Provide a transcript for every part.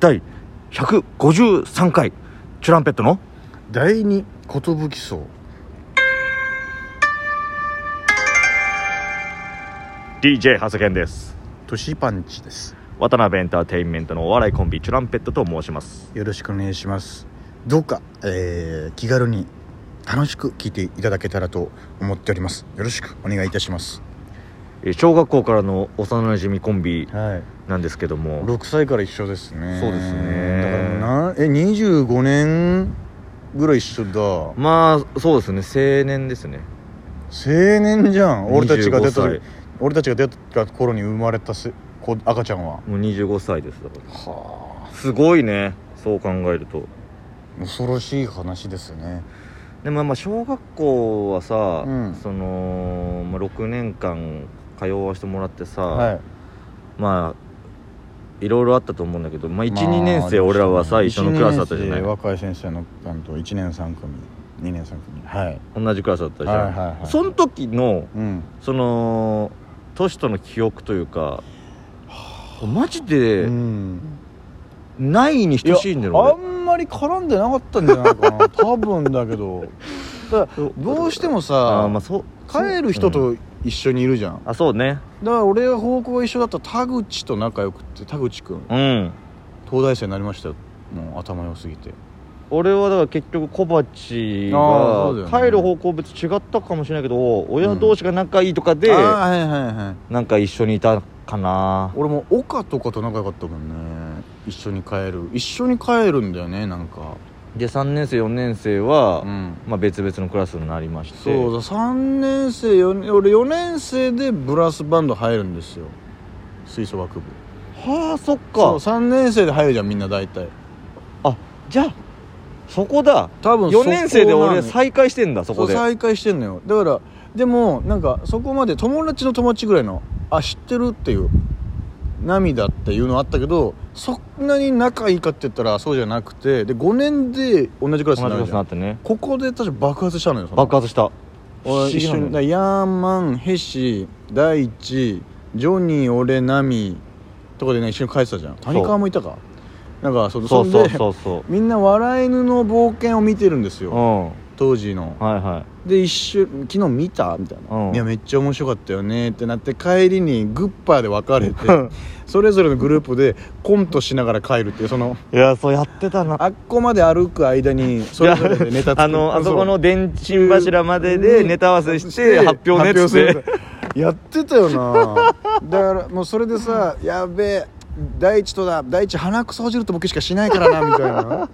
第153回チュランペットの第二寿荘「DJ 長谷健ですトシパンチです渡辺エンターテインメントのお笑いコンビチュランペットと申しますよろしくお願いしますどうか、えー、気軽に楽しく聞いていただけたらと思っておりますよろしくお願いいたしますえー小学校からの幼馴染コンビはいなんですけども6歳から一緒ですねそうですねだからなえ25年ぐらい一緒だ青まあそうですね青年ですね年じゃん俺たちが出た25歳俺たちが出た頃に生まれたせ子赤ちゃんはもう25歳ですだからはすごいねそう考えるとあ恐ろしい話ですねでもまあ小学校はさ、うんその、まあ、6年間通わせてもらってさ、はいまあいろいろあったと思うんだけど、まあ、12、年生俺らはさ一緒のクラスだったじゃな1い年生若い先生の担当1年3組2年3組はい同じクラスだったじゃん、はいはいはいその時のうんその都市との記憶というかマジでうんないに等しいんだいやあよんまり絡んでなかったんじゃないか な多分だけどだからどうしてもあさあまあそう帰る人うんと一緒にいるじゃん、だかあそうねら俺が方向が一緒だった田口と仲良くって田口君うん東大生になりましたよもう頭良すぎて俺はだから結局小鉢ああそうがだよね帰る方向別に違ったかもしれないけど親同士が仲いいとかであーはいはいはいなんか一緒にいたかな俺も岡とかと仲良かったもんね一緒に帰る一緒に帰るんだよねなんかで3年生4年生は、うんまあ、別々のクラスになりましてそうだ3年生4年俺4年生でブラスバンド入るんですよ吹奏楽部はあそっそうか3年生で入るじゃんみんな大体あじゃあそこだ多分4年生で俺最再会してんだそこで再会してんのよだからでもなんかそこまで友達の友達ぐらいのあ知ってるっていう涙っていうのあったけどそんなに仲いいかって言ったらそうじゃなくてで5年で同じク同じクラスになラるスじにゃなんってねここで確か爆発したのよその爆発した俺一緒にだからヤーマンヘシ大地ジョニー俺ナミとかでね一緒に帰ってたじゃん谷川もいたかなんかそそうそうそんでそうそうみんな笑い犬の冒険を見てるんですうよんは当時のいはで一緒昨日見たみたいな、うんいやめっちゃ面白かったよねってなって帰りにグッパーで別れてそれぞれのグループでコントしながら帰るっていうそのいいやそうやってたなあっこまで歩く間にそれぞれでネタ作っ てあのあそそこうの電信柱まででネタ合わせして発表ねっつっ発て表するやってたよなだからもうそれでさやべえ大地とだ大地鼻くそほじるってボケしかしないからなみたいな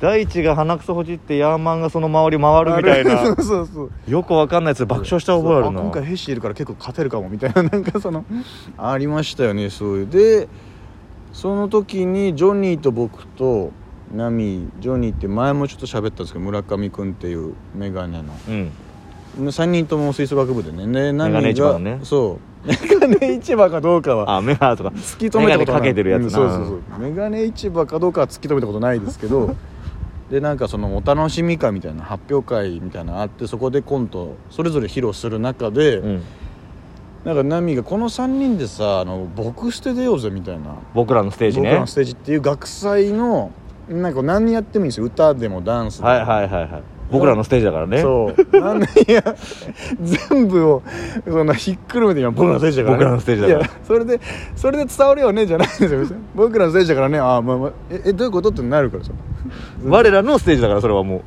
大地が鼻くそほじってヤーマンがその周り回るみたい そなうそうそうよくわかんないやつで爆笑した覚えあるなそう今回ヘッシーいるから結構勝てるかもみたいななんかそのありましたよねそういうでその時にジョニーと僕とナミジョニーって前もちょっと喋ったんですけど村上君っていうメガネのうん3人とも吹奏楽部でねでナミメガがネ市場のねそうメガネ市場かどうかはあメガネとか突き止めたことメガネかはないけてるやつなうんそうそうそうメガネ市場かどうかは突き止めたことないですけどでなんかそのお楽しみ会みたいな発表会みたいなのあってそこでコントそれぞれ披露する中で、うんなんかナミがこの3人でさあの僕捨て出ようぜみたいな僕らのステージ僕ねらのステージっていう学祭のなんか何やってもいいんですよ歌でもダンスでもはいはいはいはい僕らのステージだからねそうなんでいや全部をそんなひっくるめて今僕らのステージだから、ね、僕らのステージだからいやそれでそれで伝わるよねじゃないんですよ別に僕らのステージだからねああまあまあええどういうことってなるからさ 我らのステージだからそれはも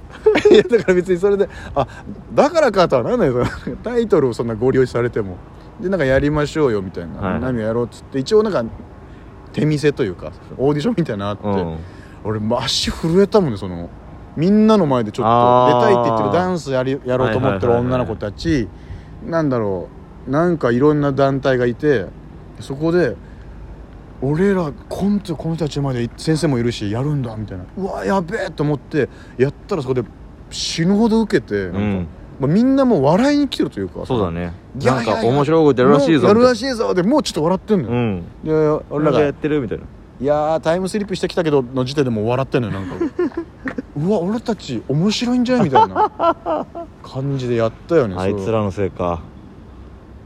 いやだから別にそれであだからかとはなんないよそのタイトルをそんなご利用されてもでなんかやりましょうよみたいな、はい何をやろうっつって一応なんか手見せというかオーディションみたいなのあって、う、うん、俺もう足震えたもんねそのみんなの前でちょっとあー出たいって言ってるダンスやりやろうと思ってるはいはいはいは女いの子たちなんだろうなんかいろんな団体がいてそこで俺らコントこの人たちの前で先生もいるしやるんだみたいなうわやべえと思ってやったらそこで死ぬほど受けてなんか、うんまあ、みんなもう笑いに来てるというかそうだねいやないんやいやか面白いことやるらしいぞやるらいしいぞでもうちょっと笑ってんのうよ、んいやいや俺俺ららががやってるみたいないやータイムスリップしてきたけどの時点でもう笑ってんのよなんか うわ俺たち面白いんじゃないみたいな感じでやったよねあいつらのせいか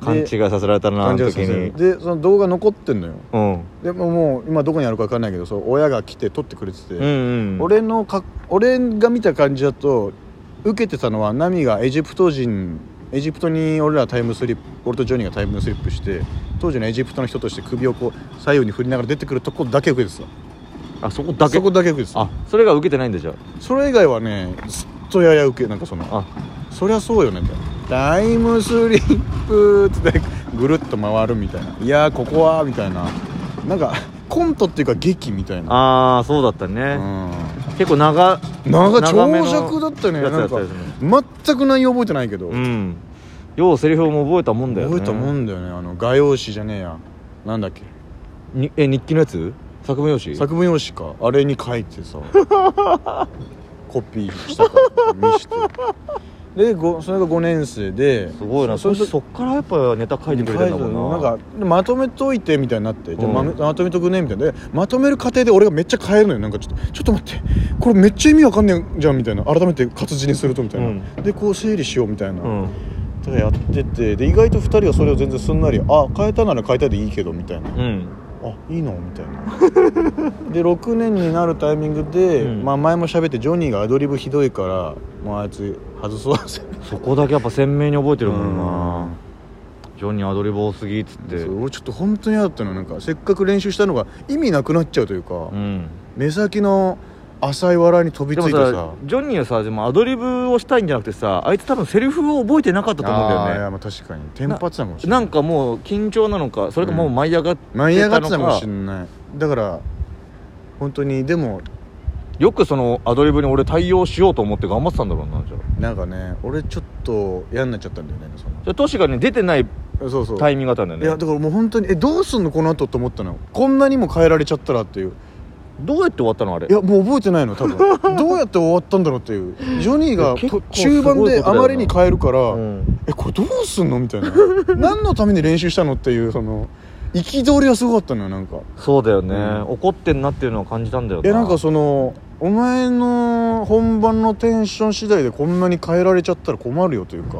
勘違いさせられたなあ感のじ時がするにでその動画残ってんのようんでももう今どこにあるか分かんないけどそう親が来て撮ってくれてて、うんうん俺のか俺が見た感じだと受けてたのはナミがエジプト人エジプトに俺らタイムスリップ俺とジョニーがタイムスリップして当時のエジプトの人として首をこう左右に振りながら出てくるとこだけ受けてたあそこだけそこだけ受けてたあそれが受けてないんでしょそれ以外はねずっとやや受けなんかそのあそりゃそうよねみたいなタイムスリップっつってぐるっと回るみたいないやーここはみたいななんかコントっていうか劇みたいなあーそうだったうね、ん結構長長長めの長尺だったねやつなだんったかですね全く内容覚えてないけど、うんようセリフも覚えたもんだよね覚えたもんんだよねあの画用紙じゃねえやなんだっけにえ日記のやつ作文用紙作文用紙かあれに書い てさコピーしたから見してでごそれが5年生ですすごいなそそそっからやっぱネタ書いてくれてんだもんななんかでまとめといてみたいになって、でうんまめまとめとくねみたいなでまとめる過程で俺がめっちゃ変えるのよなんかちょっとちょっと待ってこれめっちゃ意味わかんねえじゃんみたいな改めて活字にするとみたいな、うんでこう整理しようみたいな、うんただやっててで意外と2人はそれを全然すんなり「あ変えたなら変えたでいいけど」みたいなうん「あいいの?」みたいな で6年になるタイミングで、うんまあ、前も喋ってジョニーがアドリブひどいからもうあいつ外そうぜそこだけやっぱ鮮明に覚えてるもんうなんジョニーアドリブ多すぎっつってそう俺ちょっと本当に嫌だったのなんかせっかく練習したのが意味なくなっちゃうというか、うん目先の浅い笑いに飛びでつもいてささジョニーはさでもアドリブをしたいんじゃなくてさあいつ多分セリフを覚えてなかったと思うんあーだいよねやまあ確かにテンパってたかもしれなないんかもう緊張なのかそれかもう舞い上がってたのか、舞い上がってたかもしれないだから本当にでもよくそのアドリブに俺対応しようと思って頑張ってたんだろうなじゃあなんかね俺ちょっと嫌になっちゃったんだよねそのじゃあトシがね出てないそうそうタイミングだったんだよいやねだからもう本当にえどうすんのこの後と思ったのこんなにも変えられちゃったらっていうどうやって終わったのあれいやもう覚えてないの 多分どうやって終わったんだろうっていうジョニーいがや結構と中盤すごいでことあだよなまりに変えるから、うんえこれどうすんのみた いな何のために練習したのっていうその憤りがすごかったのよなんかそうだよね、うん怒ってんなっていうのを感じたんだよえなんかそのお前の本番のテンション次第でこんなに変えられちゃったら困るよというか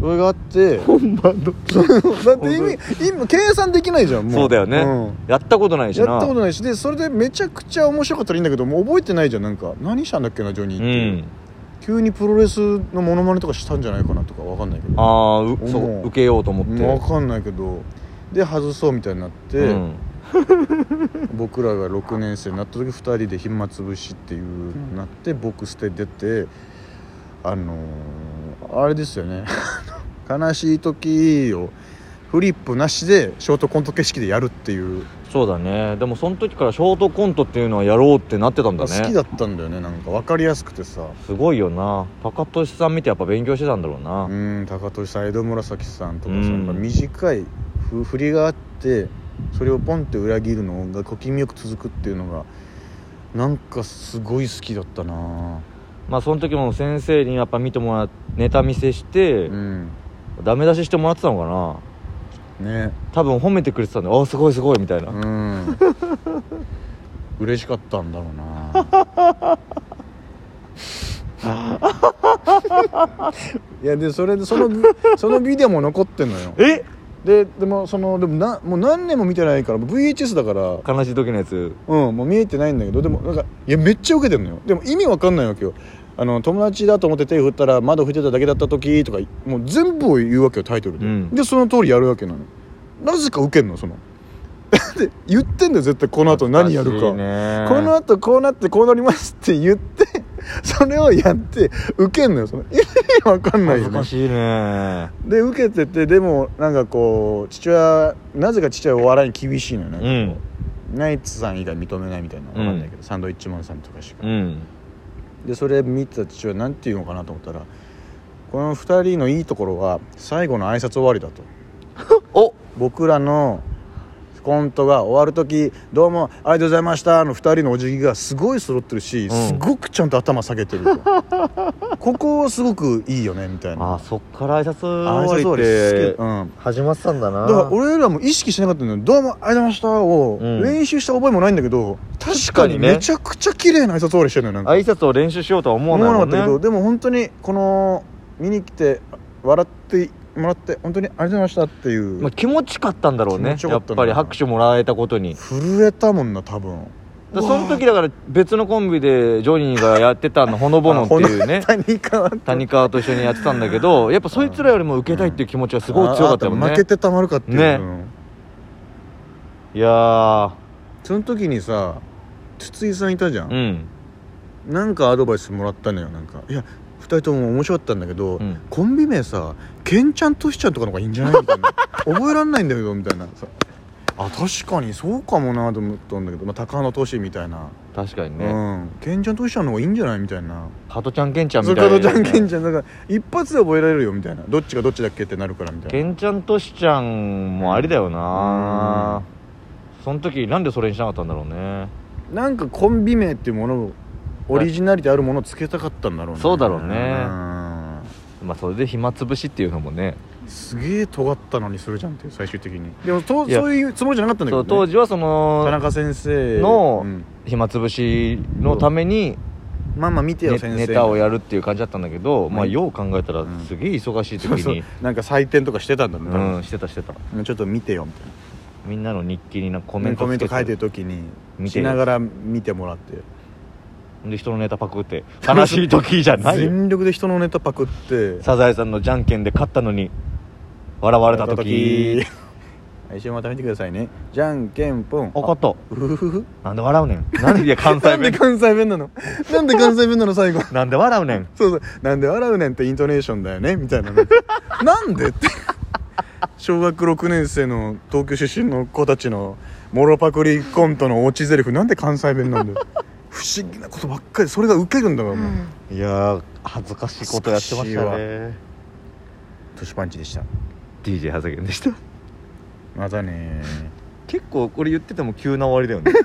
それがあって本番のだって意味今計算できないじゃんもうそうだよね、うんやったことないしなやったことないしでそれでめちゃくちゃ面白かったらいいんだけどもう覚えてないじゃんなんか何したんだっけなジョニーっうていう、ん急にプロレスのモノマネとかしたんじゃないかなとかわかんないけどああううんそう受けようと思ってわかんないけどで外そうみたいになって、うん僕らが6年生になった時2人で暇つぶしっていう、なって僕捨て出てあのーあれですよね 悲しい時をフリップなしでショートコント形式でやるっていう、そうだねでもその時からショートコントっていうのはやろうってなってたんだ好ねきだったんだよねなんか分かりやすくてさすごいよな高俊さん見てやっぱ勉強してたんだろうな、うん高俊さん江戸紫さんとかさ、うんやっぱ短いふ振りがあってそれをポンって裏切るのが小気味よく続くっていうのがなんかすごい好きだったなまあその時も先生にやっぱ見てもらっネタ見せして、うんダメ出ししてもらってたのかなね多分褒めてくれてたんだよあーすごいすごいみたいな、うん 嬉しかったんだろうな いやでそれでそのビそのビデオも残ってんのよえででもそのでもなもう何年も見てないからもう VHS だから悲しい時のやつうん、もう見えてないんだけどでもなんかいやめっちゃ受けてんのよでも意味わかんないわけよあの友達だと思って手振ったら窓振ってただけだった時とかもう全部を言うわけよタイトルで、うんでその通りやるわけなのなぜか受けんのその で言ってんだよ絶対この後何やるか懐しいねこの後こうなってこうなりますって言って それをやって受けんのよその意味わかんないよね難しいねで受けててでもなんかこう父親なぜか父親はお笑いに厳しいのよね、うんナイツさん以外認めないみたいなわうんかんないけど、サンドイッチマンさんとかしか、うんでそれ見てた父親なんて言うのかなと思ったらこの2人のいいところは最後の挨拶終わりだとお僕らのコントが終わる時「どうもありがとうございました」の2人のお辞儀がすごい揃ってるし、んすごくちゃんと頭下げ てるとここすごくいいよねみたいあなーそっから挨拶挨終拶わりっ終てわり好きうん始まってたんだなだから俺らも意識しなかったんだよ「どうもありがとうございました」をうん練習した覚えもないんだけど、確かに確かにねめちゃくちゃ綺麗な挨拶終わりしてるのよなんか挨拶を練習しようとは思わ思ないわなかもっんたけねどでも本当にこの見に来て笑ってもらって本当にありがとうございましたっていう、まあ、気持ちよかったんだろう気ね持ちよかやっったんだぱり拍手もらえたことに震えたもんな多分だその時だから別のコンビでジョニーがやってたのほのぼのって いうね谷川と谷川と一緒にやってたんだけどやっぱそいつらよりも受けたいっていう気持ちがすごい強かったもんああね負けてたまるかっていう、ねうんいやーその時にさ筒井さんいたじゃ、うんんなんかアドバイスもらったのよなんかいや2人とも面白かったんだけど、うんコンビ名さケンちゃんとしちゃんとかの方がいいんじゃないみた いな覚えらんないんだけどみたいなさあ確かにそうかもなと思ったんだけど、まあ、高野としみたいな、確かにうねんケンちゃんとしちゃんの方がいいんじゃないみたいなハトちゃんケンちゃんみそうたい加なトちゃんケンちゃんだから一発で覚えられるよみたいなどっちがどっちだっけってなるからみたいなケンちゃんとしちゃんもありだよなその時なんでそれにしなかったんだろうねなんかコンビ名っていうものをオリジナリティあるものをつけたかったんだろうねそうだろうねんまあそれで暇つぶしっていうのもねすげえ尖ったのにするじゃんっていう最終的にでもといやそういうつもりじゃなかったんだけそど、う当ね、時はそ田の中先生のうん暇つぶしのためにまあまあ見てねよ、ネ先生タをるやるっていう感じだったんだけどまあうんよう考えたらうんすげえ忙しい時そうそうになんか採点とかしてたんだね、多うんしてたしてた分ちょっと見てよみたいなみんなの日記になんかココメントつけ書いてる時に見てしよながら見てもらってで人のネタパクって悲しい時じゃない よ全力で人のネタパクってサザエさんのじゃんけんで勝ったのに笑われた 時来週また見てくださいねじゃんけんぽん怒ったうふふふなんで笑うねんなんでいや関な西んで 弁関西弁なの なんで関西弁なの最後なんで笑うねんそうそうなんで笑うねんってイントネーションだよね みたいななんかなんでって小学6年生の東京出身の子たちのモロパクリコントの落ち台詞なんで関西弁なん だよ不思議なことばっかりそれがウケるんだからもういやー恥ずかしいことやってました恥ねトシパンチでした DJ ハザゲンでしたまたねー結構これ言ってても急な終わりだよね